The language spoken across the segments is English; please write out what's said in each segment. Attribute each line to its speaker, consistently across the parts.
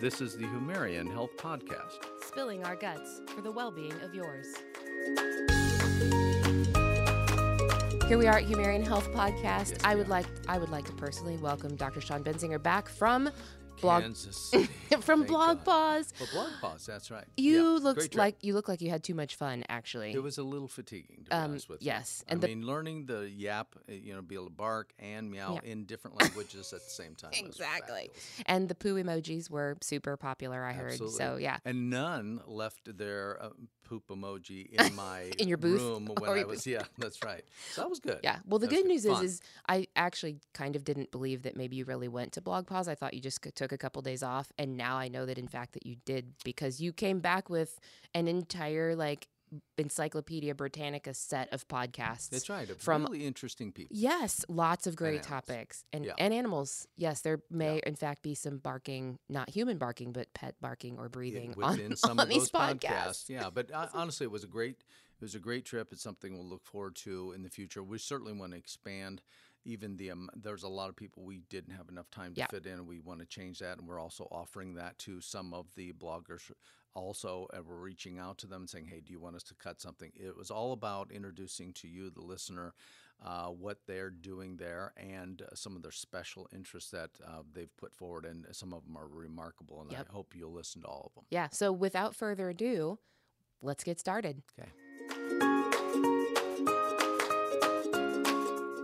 Speaker 1: This is the Humerian Health Podcast.
Speaker 2: Spilling our guts for the well being of yours. Here we are at Humerian Health Podcast.
Speaker 1: Yes,
Speaker 2: I
Speaker 1: we
Speaker 2: would
Speaker 1: are.
Speaker 2: like I would like to personally welcome Dr. Sean Benzinger back from blog
Speaker 1: Kansas City.
Speaker 2: from
Speaker 1: Thank
Speaker 2: Blog
Speaker 1: God.
Speaker 2: Pause.
Speaker 1: For blog pause, that's right.
Speaker 2: You
Speaker 1: Yeah, great
Speaker 2: looked
Speaker 1: trip.
Speaker 2: like you look like you had too much fun actually.
Speaker 1: it was a little fatiguing to be
Speaker 2: Um,
Speaker 1: honest with
Speaker 2: yes,
Speaker 1: you.
Speaker 2: and
Speaker 1: I
Speaker 2: the-
Speaker 1: mean learning the yap, uh, you know, be able to bark and meow
Speaker 2: Yeah.
Speaker 1: in different languages at the same time. was
Speaker 2: Exactly.
Speaker 1: fabulous.
Speaker 2: and the poo emojis were super popular, I heard.
Speaker 1: Absolutely.
Speaker 2: So yeah.
Speaker 1: And none left their uh, poop emoji in my
Speaker 2: In your booth
Speaker 1: room when
Speaker 2: or
Speaker 1: I
Speaker 2: your
Speaker 1: was. Yeah, that's right. So that was good.
Speaker 2: Yeah. Well, the
Speaker 1: That's
Speaker 2: good
Speaker 1: good.
Speaker 2: news
Speaker 1: Fun.
Speaker 2: is, is I actually kind of didn't believe that maybe you really went to Blog Pause. I thought you just c- took a couple days off, and now I know that in fact that you did because you came back with an entire like Encyclopedia Britannica set of podcasts.
Speaker 1: That's right. of
Speaker 2: From-
Speaker 1: really interesting people.
Speaker 2: Yes, lots of great
Speaker 1: animals.
Speaker 2: topics and
Speaker 1: Yeah.
Speaker 2: and animals. Yes, there may
Speaker 1: Yeah.
Speaker 2: in fact be some barking, not human barking, but pet barking or
Speaker 1: Yeah,
Speaker 2: breathing on,
Speaker 1: within some
Speaker 2: on
Speaker 1: of
Speaker 2: these
Speaker 1: those
Speaker 2: podcasts.
Speaker 1: podcasts. Yeah, but uh, honestly, it was a great it was a great trip. It's something we'll look forward to in the future. We certainly want to expand. Even the um, there's a lot of people we didn't have enough time to
Speaker 2: Yeah.
Speaker 1: fit in. We want to change that, and we're also offering that to some of the bloggers. Also, and we're reaching out to them and saying, "Hey, do you want us to cut something?" It was all about introducing to you, the listener, uh, what they're doing there and uh, some of their special interests that uh, they've put forward, and some of them are remarkable. And
Speaker 2: Yep.
Speaker 1: I hope you'll listen to all of them.
Speaker 2: Yeah. So without further ado, let's get started.
Speaker 1: Okay.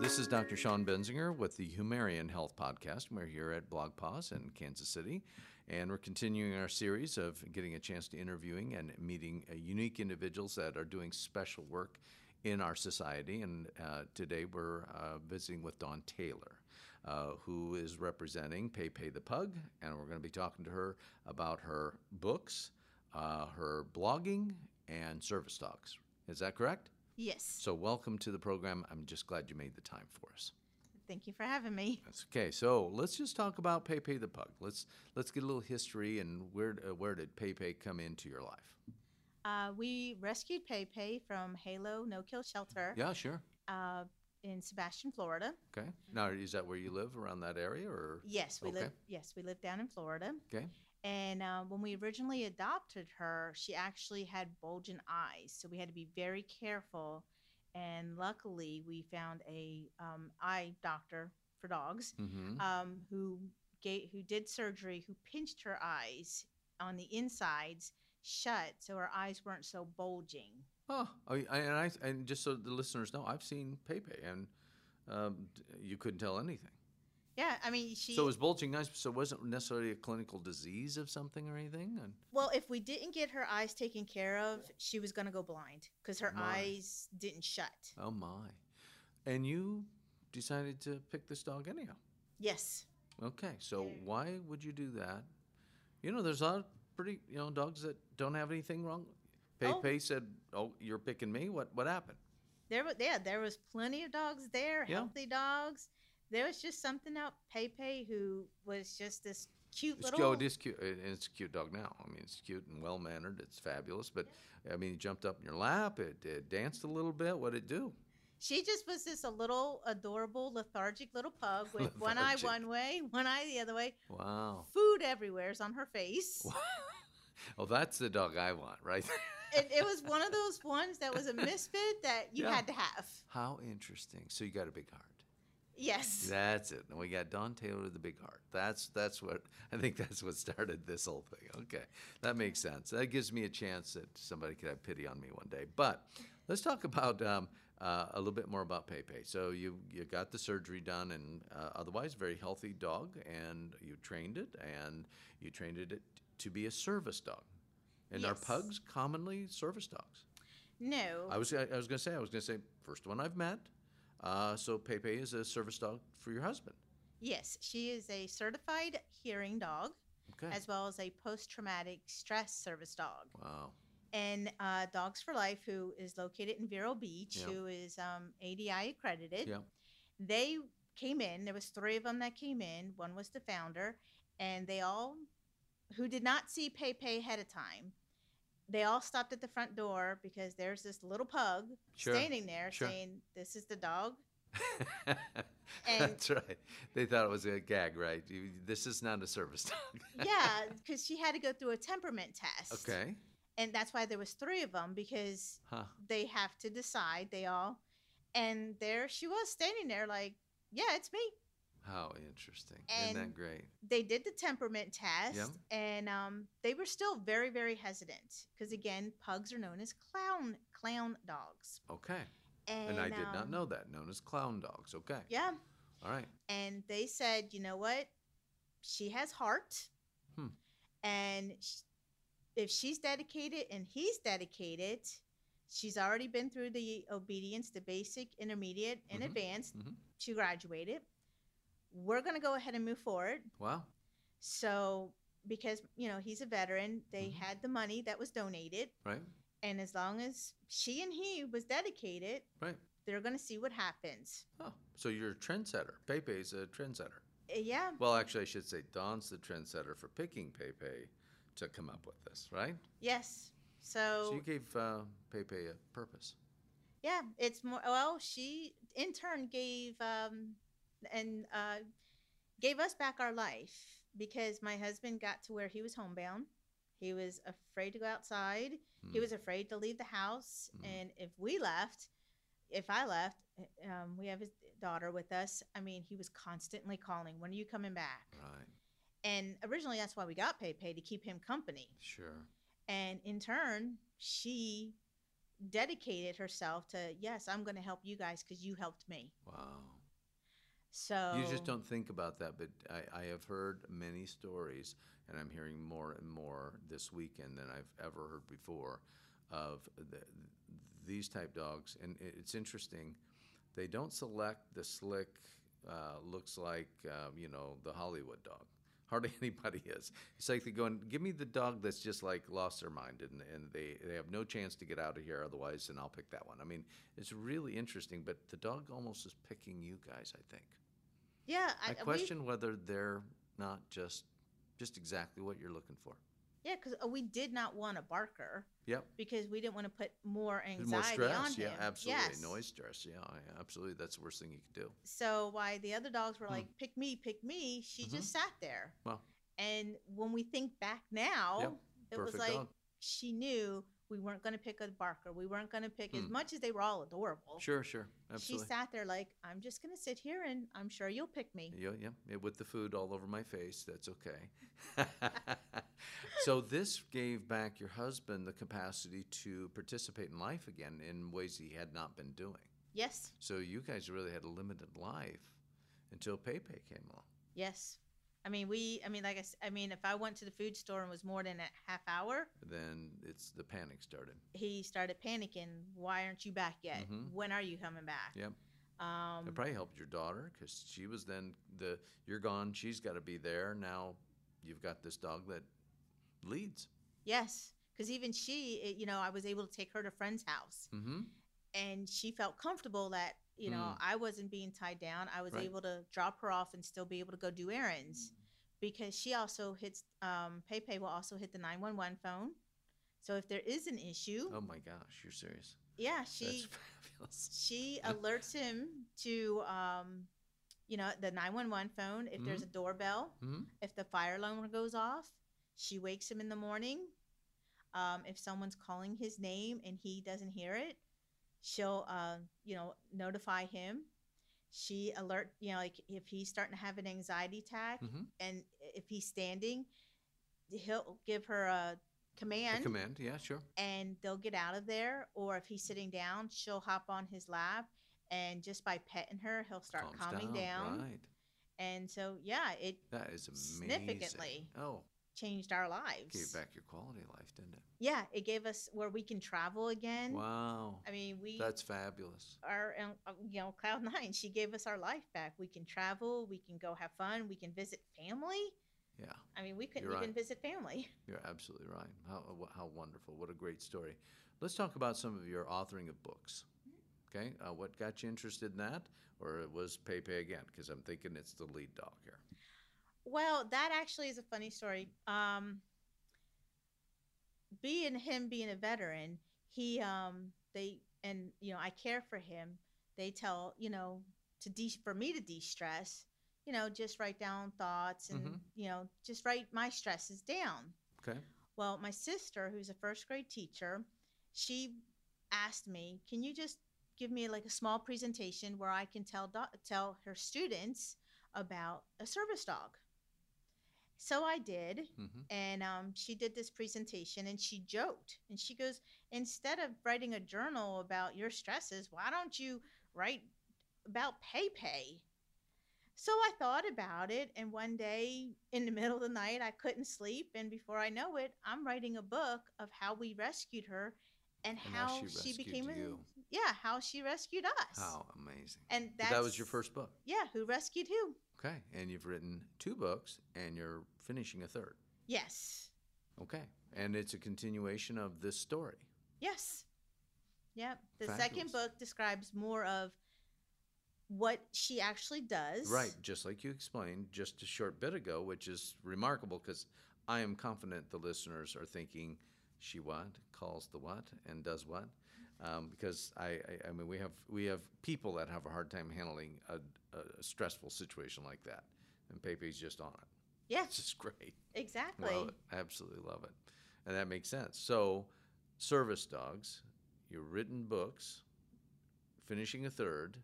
Speaker 1: This is Dr. Sean Benzinger with the Humerian Health Podcast. We're here at Blog Pause in Kansas City, and we're continuing our series of getting a chance to interviewing and meeting uh, unique individuals that are doing special work in our society. And uh, today we're uh, visiting with Dawn Taylor uh, who is representing Pei Pei the Pug, and we're going to be talking to her about her books, uh, her blogging, and service dogs. Is that correct?
Speaker 3: Yes.
Speaker 1: So, welcome to the program. I'm just glad you made the time for us.
Speaker 3: Thank you for having me.
Speaker 1: That's okay. So, let's just talk about Pei Pei the Pug. Let's let's get a little history and where uh, where did Pei Pei come into your life?
Speaker 3: Uh, we rescued Pei Pei from Halo No Kill Shelter
Speaker 1: Yeah, sure.
Speaker 3: uh, in Sebastian, Florida.
Speaker 1: Okay. Now, is that where you live around that area, or
Speaker 3: Yes, we
Speaker 1: Okay.
Speaker 3: live. Yes, we live down in Florida.
Speaker 1: okay?
Speaker 3: And uh, when we originally adopted her, she actually had bulging eyes, so we had to be very careful. And luckily, we found a um, eye doctor for dogs
Speaker 1: Mm-hmm.
Speaker 3: um, who gave, who did surgery, who pinched her eyes on the insides shut, so her eyes weren't so bulging.
Speaker 1: Oh, I- I- and I and just so the listeners know, I've seen Pepe, and um, d- you couldn't tell anything.
Speaker 3: Yeah, I mean, she.
Speaker 1: so it was bulging eyes. So it wasn't necessarily a clinical disease of something or anything. And
Speaker 3: well, if we didn't get her eyes taken care of, she was going to go blind because her
Speaker 1: My.
Speaker 3: eyes didn't shut.
Speaker 1: oh my! And you decided to pick this dog anyhow.
Speaker 3: Yes.
Speaker 1: Okay, so
Speaker 3: Yeah.
Speaker 1: why would you do that? You know, there's a lot of pretty you know dogs that don't have anything wrong.
Speaker 3: Oh.
Speaker 1: Pepe said, "Oh, you're picking me. What what happened?"
Speaker 3: There was yeah, there was plenty of dogs there,
Speaker 1: Yeah.
Speaker 3: healthy dogs. There was just something out Pepe who was just this cute
Speaker 1: It's,
Speaker 3: little.
Speaker 1: oh, it is cute. It- It's a cute dog now. I mean, it's cute and well mannered. It's fabulous. But I mean, it jumped up in your lap. It, it danced a little bit. What did it do?
Speaker 3: She just was this a little adorable, lethargic little pug with one eye
Speaker 1: Lethargic.
Speaker 3: one way, one eye the other way.
Speaker 1: Wow.
Speaker 3: Food everywhere's on her face.
Speaker 1: Oh, that's the dog I want, right? there.
Speaker 3: And it was one of those ones that was a misfit that you
Speaker 1: Yeah.
Speaker 3: had to have.
Speaker 1: How interesting. So you got a big heart.
Speaker 3: Yes.
Speaker 1: That's it. And we got Don Taylor with the big heart. That's that's what I think that's what started this whole thing. Okay. That makes sense. That gives me a chance that somebody could have pity on me one day. But let's talk about um, uh, a little bit more about Pepe. So you you got the surgery done and uh, otherwise very healthy dog and you trained it and you trained it to be a service dog. And are
Speaker 3: Yes.
Speaker 1: pugs commonly service dogs?
Speaker 3: No.
Speaker 1: I was I, I was gonna say I was gonna say first one I've met. Uh, so Pepe is a service dog for your husband.
Speaker 3: yes, she is a certified hearing dog
Speaker 1: Okay.
Speaker 3: as well as a post traumatic stress service dog.
Speaker 1: wow.
Speaker 3: And uh, Dogs for Life, who is located in Vero Beach,
Speaker 1: Yeah.
Speaker 3: who is um, ADI accredited.
Speaker 1: Yeah.
Speaker 3: they came in there was three of them that came in one was the founder and they all who did not see pepe ahead of time they all stopped at the front door because there's this little pug
Speaker 1: Sure.
Speaker 3: standing there
Speaker 1: Sure.
Speaker 3: saying this is the dog
Speaker 1: That's right. They thought it was a gag, right? You, this is not a service dog.
Speaker 3: yeah, because she had to go through a temperament test.
Speaker 1: okay.
Speaker 3: And that's why there was three of them because
Speaker 1: Huh.
Speaker 3: they have to decide. They all, and there she was standing there like, yeah, it's me.
Speaker 1: How interesting. Isn't that
Speaker 3: And-
Speaker 1: great?
Speaker 3: They did the temperament test, and um, they were still very, very hesitant because again, pugs are known as clown clown dogs.
Speaker 1: Okay.
Speaker 3: And,
Speaker 1: And, I did not
Speaker 3: um,
Speaker 1: know that. Known as clown dogs. Okay.
Speaker 3: Yeah,
Speaker 1: All right.
Speaker 3: and they said, you know what? She has heart.
Speaker 1: Hmm.
Speaker 3: And sh- if she's dedicated and he's dedicated, she's already been through the obedience, the basic, intermediate, and
Speaker 1: Mhm.
Speaker 3: advanced.
Speaker 1: Mhm.
Speaker 3: She graduated. We're going to go ahead and move forward.
Speaker 1: Wow.
Speaker 3: So, because, you know, he's a veteran, they
Speaker 1: Mhm.
Speaker 3: had the money that was donated.
Speaker 1: Right.
Speaker 3: And as long as she and he was dedicated,
Speaker 1: Right.
Speaker 3: they're going to see what happens.
Speaker 1: Oh, so you're a trendsetter. Pepe's a trendsetter.
Speaker 3: Uh, Yeah.
Speaker 1: Well, actually, I should say Don's the trendsetter for picking Pepe to come up with this, right?
Speaker 3: Yes.
Speaker 1: So you gave uh, Pepe a purpose.
Speaker 3: Yeah, it's more. Well, she in turn gave um, and uh, gave us back our life because my husband got to where he was homebound. He was afraid to go outside. He
Speaker 1: Hmm.
Speaker 3: was afraid to leave the house.
Speaker 1: Mm.
Speaker 3: And if we left, if I left, uh, um, we have his daughter with us. I mean, he was constantly calling, "When are you coming back?"
Speaker 1: Right.
Speaker 3: And originally, that's why we got Pei Pei to keep him company.
Speaker 1: Sure.
Speaker 3: And in turn, she dedicated herself to, yes, I'm going to help you guys because you helped me.
Speaker 1: Wow.
Speaker 3: So
Speaker 1: You just don't think about that, but I, I have heard many stories, and I'm hearing more and more this weekend than I've ever heard before of the, these type dogs. And it, it's interesting, they don't select the slick, uh, looks like, uh, you know, the Hollywood dog. Hardly anybody is. It's like they go and give me the dog that's just like lost their mind and, and they, they have no chance to get out of here otherwise, and I'll pick that one. I mean, it's really interesting, but the dog almost is picking you guys, I think.
Speaker 3: Yeah.
Speaker 1: I,
Speaker 3: we-
Speaker 1: question whether they're not just just exactly what you're looking for.
Speaker 3: yeah, because we did not want a barker
Speaker 1: Yep.
Speaker 3: because we didn't want to put more anxiety
Speaker 1: More
Speaker 3: on
Speaker 1: stress,
Speaker 3: him.
Speaker 1: yeah, absolutely.
Speaker 3: Yes.
Speaker 1: Noise stress, yeah, I- absolutely. That's the worst thing you could do.
Speaker 3: So why the other dogs were
Speaker 1: Hmm. Mm-hmm.
Speaker 3: like, pick me, pick me, she just sat there.
Speaker 1: Wow.
Speaker 3: And when we think back now,
Speaker 1: Yep,
Speaker 3: it
Speaker 1: Perfect
Speaker 3: was like
Speaker 1: dog.
Speaker 3: she knew we weren't going to pick a barker. We weren't going to pick as
Speaker 1: Hmm.
Speaker 3: much as they were all adorable.
Speaker 1: Sure, sure, absolutely.
Speaker 3: She sat there like, I'm just going to sit here and I'm sure you'll pick me.
Speaker 1: Yeah, yeah, yeah, with the food all over my face. That's okay. so this gave back your husband the capacity to participate in life again in ways he had not been doing.
Speaker 3: Yes,
Speaker 1: So you guys really had a limited life until Pepe came along.
Speaker 3: yes. I mean, we, I mean, like I, s- I mean, if I went to the food store and was more than a half hour,
Speaker 1: Then it's the panic started.
Speaker 3: he started panicking. Why aren't you back yet?
Speaker 1: Mhm.
Speaker 3: When are you coming back?
Speaker 1: Yep.
Speaker 3: Um,
Speaker 1: It probably helped your daughter because she was then the you're gone. She's got to be there now. You've got this dog that leads.
Speaker 3: yes. Because even she, it- you know, I was able to take her to a friend's house
Speaker 1: Mm-hmm.
Speaker 3: and she felt comfortable that, you know,
Speaker 1: Mm.
Speaker 3: I wasn't being tied down. I was
Speaker 1: Right.
Speaker 3: able to drop her off and still be able to go do errands because she also hits, um, PayPay will also hit the 911 phone. So if there is an issue,
Speaker 1: Oh my gosh, you're serious.
Speaker 3: yeah, she.
Speaker 1: That's fabulous.
Speaker 3: she alerts him to um, you know the 911 phone if
Speaker 1: Mm-hmm.
Speaker 3: there's a doorbell
Speaker 1: Mhm.
Speaker 3: if the fire alarm goes off she wakes him in the morning um, if someone's calling his name and he doesn't hear it she'll uh, you know notify him she alert you know like if he's starting to have an anxiety attack
Speaker 1: Mhm.
Speaker 3: and if he's standing he'll give her a
Speaker 1: A command, yeah, sure.
Speaker 3: and they'll get out of there. Or if he's sitting down, she'll hop on his lap, and just by petting her, he'll start
Speaker 1: Calms
Speaker 3: calming down.
Speaker 1: Right.
Speaker 3: And so, yeah, it
Speaker 1: That is amazing.
Speaker 3: Significantly.
Speaker 1: Oh,
Speaker 3: changed our lives.
Speaker 1: gave back your quality of life, didn't it?
Speaker 3: Yeah, it gave us where we can travel again.
Speaker 1: Wow.
Speaker 3: I mean, we
Speaker 1: That's fabulous.
Speaker 3: are in, uh, you know cloud nine. She gave us our life back. We can travel. We can go have fun. We can visit family.
Speaker 1: Yeah,
Speaker 3: I mean, we couldn't
Speaker 1: You're
Speaker 3: even
Speaker 1: right.
Speaker 3: visit family.
Speaker 1: you're absolutely right. How wh- how wonderful. What a great story. Let's talk about some of your authoring of books. Okay, uh, what got you interested in that, or it was Pepe again? Because I'm thinking it's the lead dog here.
Speaker 3: Well, that actually is a funny story. Um, being him being a veteran, he um they and you know I care for him. They tell you know to de for me to de stress, you know, just write down thoughts and
Speaker 1: Mhm.
Speaker 3: you know just write my stresses down.
Speaker 1: Okay.
Speaker 3: Well, my sister, who's a first grade teacher, she asked me, "Can you just give me like a small presentation where I can tell doc- tell her students about a service dog?" So I did,
Speaker 1: Mm-hmm.
Speaker 3: and um, she did this presentation, and she joked, and she goes, "Instead of writing a journal about your stresses, why don't you write about PayPay?" So I thought about it, and one day in the middle of the night, I couldn't sleep. And before I know it, I'm writing a book of how we rescued her
Speaker 1: And
Speaker 3: and, how, she,
Speaker 1: rescued
Speaker 3: became, a-
Speaker 1: you.
Speaker 3: yeah, how she rescued us.
Speaker 1: How amazing.
Speaker 3: And
Speaker 1: So
Speaker 3: that's,
Speaker 1: that was your first book.
Speaker 3: Yeah, who rescued who?
Speaker 1: Okay. And you've written two books and you're finishing a third.
Speaker 3: Yes,
Speaker 1: Okay. And it's a continuation of this story.
Speaker 3: yes, yep. The
Speaker 1: Fabulous.
Speaker 3: second book describes more of what she actually does.
Speaker 1: Right. Just like you explained just a short bit ago, which is remarkable because I am confident the listeners are thinking, she what, calls the what, and does what. Um, because I, I, I mean, we have we have people that have a hard time handling a, a stressful situation like that, and Pepe's just on it.
Speaker 3: Yeah,
Speaker 1: It's just great.
Speaker 3: exactly.
Speaker 1: Love it. Absolutely love it. And that makes sense. So, service dogs, your written books, finishing a third.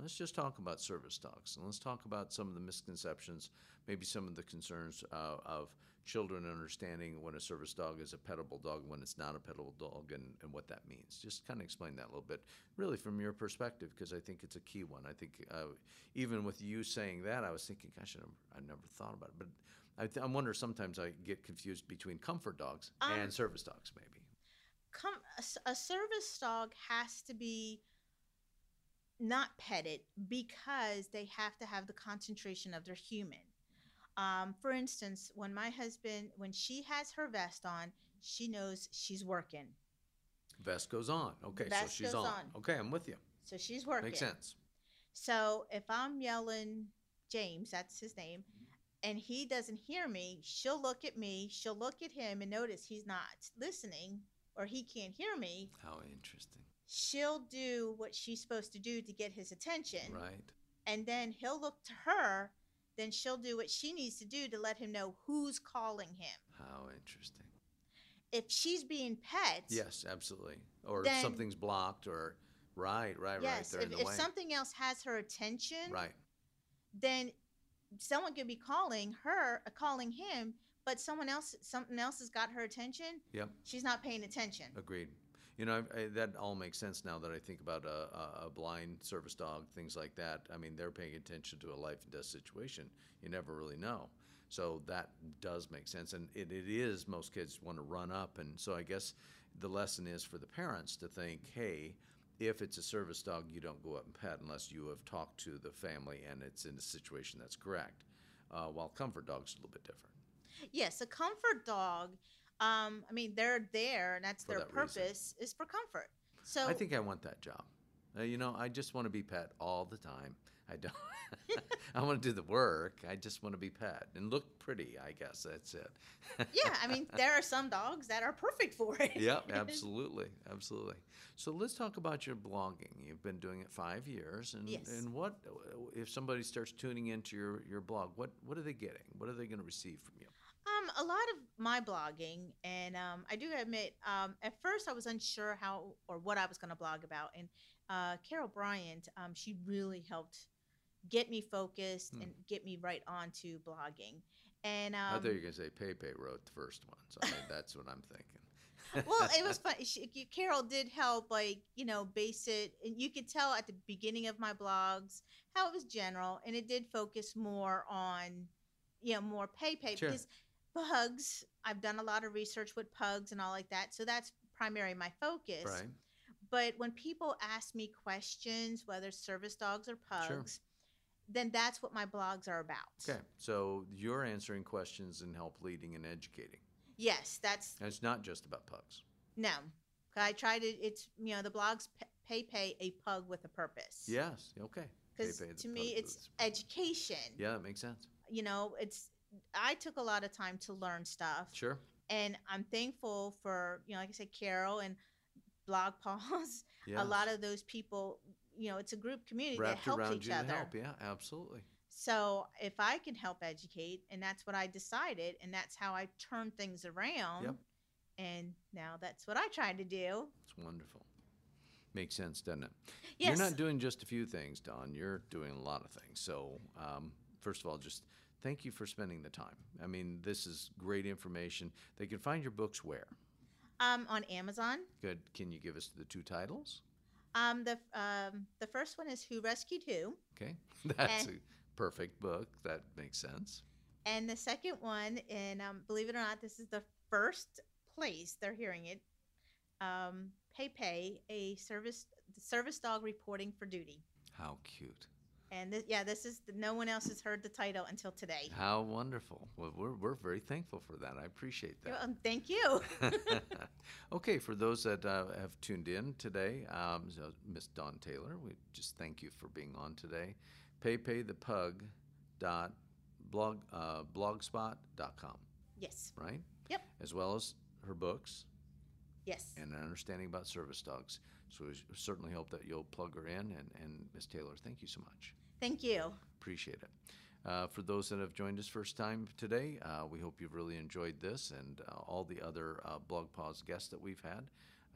Speaker 1: Let's just talk about service dogs and let's talk about some of the misconceptions, maybe some of the concerns uh, of children understanding when a service dog is a petable dog, when it's not a petable dog, and, and what that means. Just kind of explain that a little bit, really from your perspective, because I think it's a key one. I think uh, even with you saying that, I was thinking, gosh, I never, I never thought about it. But I, th- I wonder sometimes I get confused between comfort dogs
Speaker 3: Um,
Speaker 1: and service dogs, maybe.
Speaker 3: come a s- a, service dog has to be not petted because they have to have the concentration of their human um, for instance when my husband when she has her vest on she knows she's working
Speaker 1: Vest goes on. Okay, so
Speaker 3: Vest
Speaker 1: she's
Speaker 3: goes
Speaker 1: on.
Speaker 3: on.
Speaker 1: Okay, I'm with you.
Speaker 3: so she's working
Speaker 1: Makes sense.
Speaker 3: so if i'm yelling james that's his name and he doesn't hear me she'll look at me she'll look at him and notice he's not listening or he can't hear me
Speaker 1: How interesting.
Speaker 3: she'll do what she's supposed to do to get his attention
Speaker 1: Right.
Speaker 3: and then he'll look to her then she'll do what she needs to do to let him know who's calling him
Speaker 1: How interesting.
Speaker 3: if she's being pet
Speaker 1: Yes, absolutely. Or
Speaker 3: Then-
Speaker 1: something's blocked or right, right,
Speaker 3: yes
Speaker 1: right. They're in
Speaker 3: if,
Speaker 1: the
Speaker 3: if
Speaker 1: way.
Speaker 3: something else has her attention
Speaker 1: right.
Speaker 3: then someone could be calling her uh, calling him but someone else something else has got her attention
Speaker 1: Yep.
Speaker 3: she's not paying attention
Speaker 1: Agreed. You know, I, I, that all makes sense now that I think about a, a, a blind service dog, things like that. I mean, they're paying attention to a life and death situation. You never really know. So that does make sense. And it, it is, most kids want to run up. And so I guess the lesson is for the parents to think, hey, if it's a service dog, you don't go up and pet unless you have talked to the family and it's in a situation that's correct. Uh, while comfort dogs a little bit different.
Speaker 3: yes a comfort dog um i mean they're there and that's
Speaker 1: For
Speaker 3: their
Speaker 1: that reason.
Speaker 3: purpose is for comfort so
Speaker 1: I think I want that job. Uh, you know, I just want to be pet all the time. I don't. I want to do the work. I just want to be pet and look pretty. I guess that's it.
Speaker 3: yeah, I mean, there are some dogs that are perfect for it.
Speaker 1: Yep, absolutely, absolutely. So let's talk about your blogging. You've been doing it five years, and
Speaker 3: Yes.
Speaker 1: and what if somebody starts tuning into your your blog? What what are they getting? What are they going to receive from you?
Speaker 3: Um, a lot of my blogging, and um, I do admit, um, at first I was unsure how or what I was going to blog about, and uh, Carol Bryant, um, she really helped get me focused
Speaker 1: Hmm. Oh,
Speaker 3: and get me right on to blogging. And um,
Speaker 1: I thought you were going to say Pepe wrote the first one. So I mean, that's what I'm thinking.
Speaker 3: well, it was fun. She, you- Carol did help, like you know, base it, and you could tell at the beginning of my blogs how it was general, and it did focus more on, you know, more pay pay
Speaker 1: Sure.
Speaker 3: because pugs. I've done a lot of research with pugs and all like that, so that's primary my focus.
Speaker 1: right.
Speaker 3: But when people ask me questions, whether service dogs or pugs,
Speaker 1: Sure.
Speaker 3: then that's what my blogs are about.
Speaker 1: Okay. So you're answering questions and help leading and educating.
Speaker 3: Yes, that's
Speaker 1: And it's not just about pugs.
Speaker 3: no. I tried it. It's you know the blogs p- pay pay a pug with a purpose.
Speaker 1: Yes. Okay. They
Speaker 3: because
Speaker 1: pay the
Speaker 3: to me
Speaker 1: pug
Speaker 3: it's
Speaker 1: bills.
Speaker 3: education
Speaker 1: yeah, that makes sense.
Speaker 3: you know it's i took a lot of time to learn stuff
Speaker 1: Sure.
Speaker 3: and i'm thankful for you know like i said carol and blog pause
Speaker 1: Yeah.
Speaker 3: a lot of those people you know, it's a group community that
Speaker 1: wrapped
Speaker 3: helps
Speaker 1: around
Speaker 3: each
Speaker 1: you to
Speaker 3: other.
Speaker 1: help. Yeah, absolutely.
Speaker 3: So if I can help educate, and that's what I decided, and that's how I turned things around.
Speaker 1: Yep.
Speaker 3: And now that's what I try to do.
Speaker 1: It's wonderful. Makes sense, doesn't it?
Speaker 3: Yes.
Speaker 1: You're not doing just a few things, Don. You're doing a lot of things. So, um, first of all, just thank you for spending the time. I mean, this is great information. They can find your books where?
Speaker 3: um, on Amazon.
Speaker 1: Good. Can you give us the two titles?
Speaker 3: Um, the um, the first one is Who Rescued Who,
Speaker 1: Okay. That's
Speaker 3: Eh.
Speaker 1: a perfect book. That makes sense.
Speaker 3: and the second one, and um, believe it or not, this is the first place they're hearing it. Um, Pay Pay, a service service dog reporting for duty,
Speaker 1: How cute.
Speaker 3: and th- yeah, this is no one else has heard the title until today.
Speaker 1: How wonderful. Well, we're, we're very thankful for that. I appreciate that.
Speaker 3: Um, thank you.
Speaker 1: okay, for those that uh, have tuned in today, um, so Miss Dawn Taylor, we just thank you for being on today. PayPay the Pug dot blog uh, blogspot.com,
Speaker 3: yes,
Speaker 1: right?
Speaker 3: Yep.
Speaker 1: As well as her books
Speaker 3: yes.
Speaker 1: and an understanding about service dogs. So we certainly hope that you'll plug her in. And, and Miss Taylor, thank you so much.
Speaker 3: Thank you.
Speaker 1: Appreciate it. Uh, for those that have joined us first time today, uh, we hope you've really enjoyed this and uh, all the other uh, Blog Pause guests that we've had.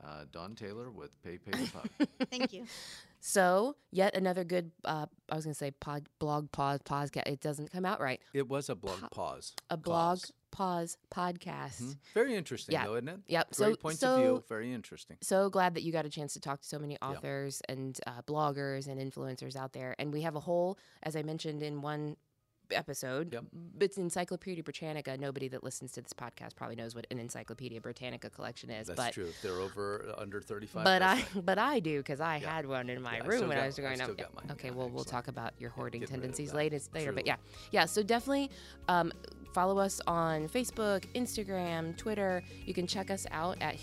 Speaker 1: Uh, Don Taylor with Pay Pay the Pug.
Speaker 3: Thank you.
Speaker 2: So, yet another good, uh, I was going to say pod, blog pause podcast. It doesn't come out right.
Speaker 1: it was a blog pause.
Speaker 2: A blog
Speaker 1: Pause.
Speaker 2: pause podcast.
Speaker 1: Hmm? Very interesting,
Speaker 2: Yeah.
Speaker 1: though, isn't it? Great
Speaker 2: Yep. so,
Speaker 1: points
Speaker 2: so
Speaker 1: of view. Very interesting.
Speaker 2: so glad that you got a chance to talk to so many authors and uh, bloggers and influencers out there. And we have a whole, as I mentioned in one episode,
Speaker 1: Yep.
Speaker 2: it's Encyclopedia Britannica. Nobody that listens to this podcast probably knows what an Encyclopedia Britannica collection is,
Speaker 1: That's
Speaker 2: but
Speaker 1: true. If they're over uh, under 35.
Speaker 2: but
Speaker 1: that's
Speaker 2: I but I do because I
Speaker 1: Yeah.
Speaker 2: had one in
Speaker 1: Yeah,
Speaker 2: my
Speaker 1: I still
Speaker 2: room when
Speaker 1: got
Speaker 2: I was
Speaker 1: mine. I
Speaker 2: growing up.
Speaker 1: still got mine.
Speaker 2: Okay,
Speaker 1: Yeah,
Speaker 2: well we'll
Speaker 1: excellent.
Speaker 2: talk about your hoarding
Speaker 1: getting rid of
Speaker 2: tendencies
Speaker 1: that.
Speaker 2: later, later, but
Speaker 1: True.
Speaker 2: yeah, yeah. So definitely, um, follow us on Facebook, Instagram, Twitter. You can check us out at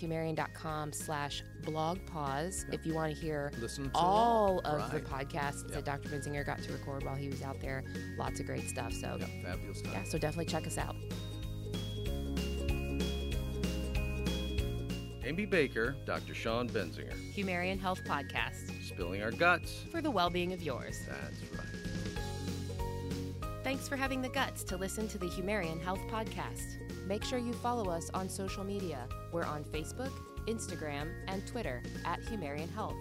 Speaker 2: humarian.com/slash blog pause if you want to hear
Speaker 1: Listen to
Speaker 2: all
Speaker 1: it.
Speaker 2: of the
Speaker 1: Right.
Speaker 2: podcasts that Dr. Benzinger got to record while he was out there. Lots of great stuff. So
Speaker 1: Yeah, fabulous stuff.
Speaker 2: yeah, so definitely check us out.
Speaker 4: Amy Baker, Dr. Sean Benzinger,
Speaker 2: Humarian Health Podcast
Speaker 4: spilling our guts.
Speaker 2: for the well-being of yours.
Speaker 4: That's right.
Speaker 2: Thanks for having the guts to listen to the Humarian Health Podcast. Make sure you follow us on social media. We're on Facebook, Instagram, and Twitter at Humarian Health.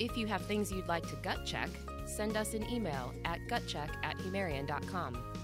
Speaker 2: If you have things you'd like to gut check, send us an email at gutcheck at humarian.com.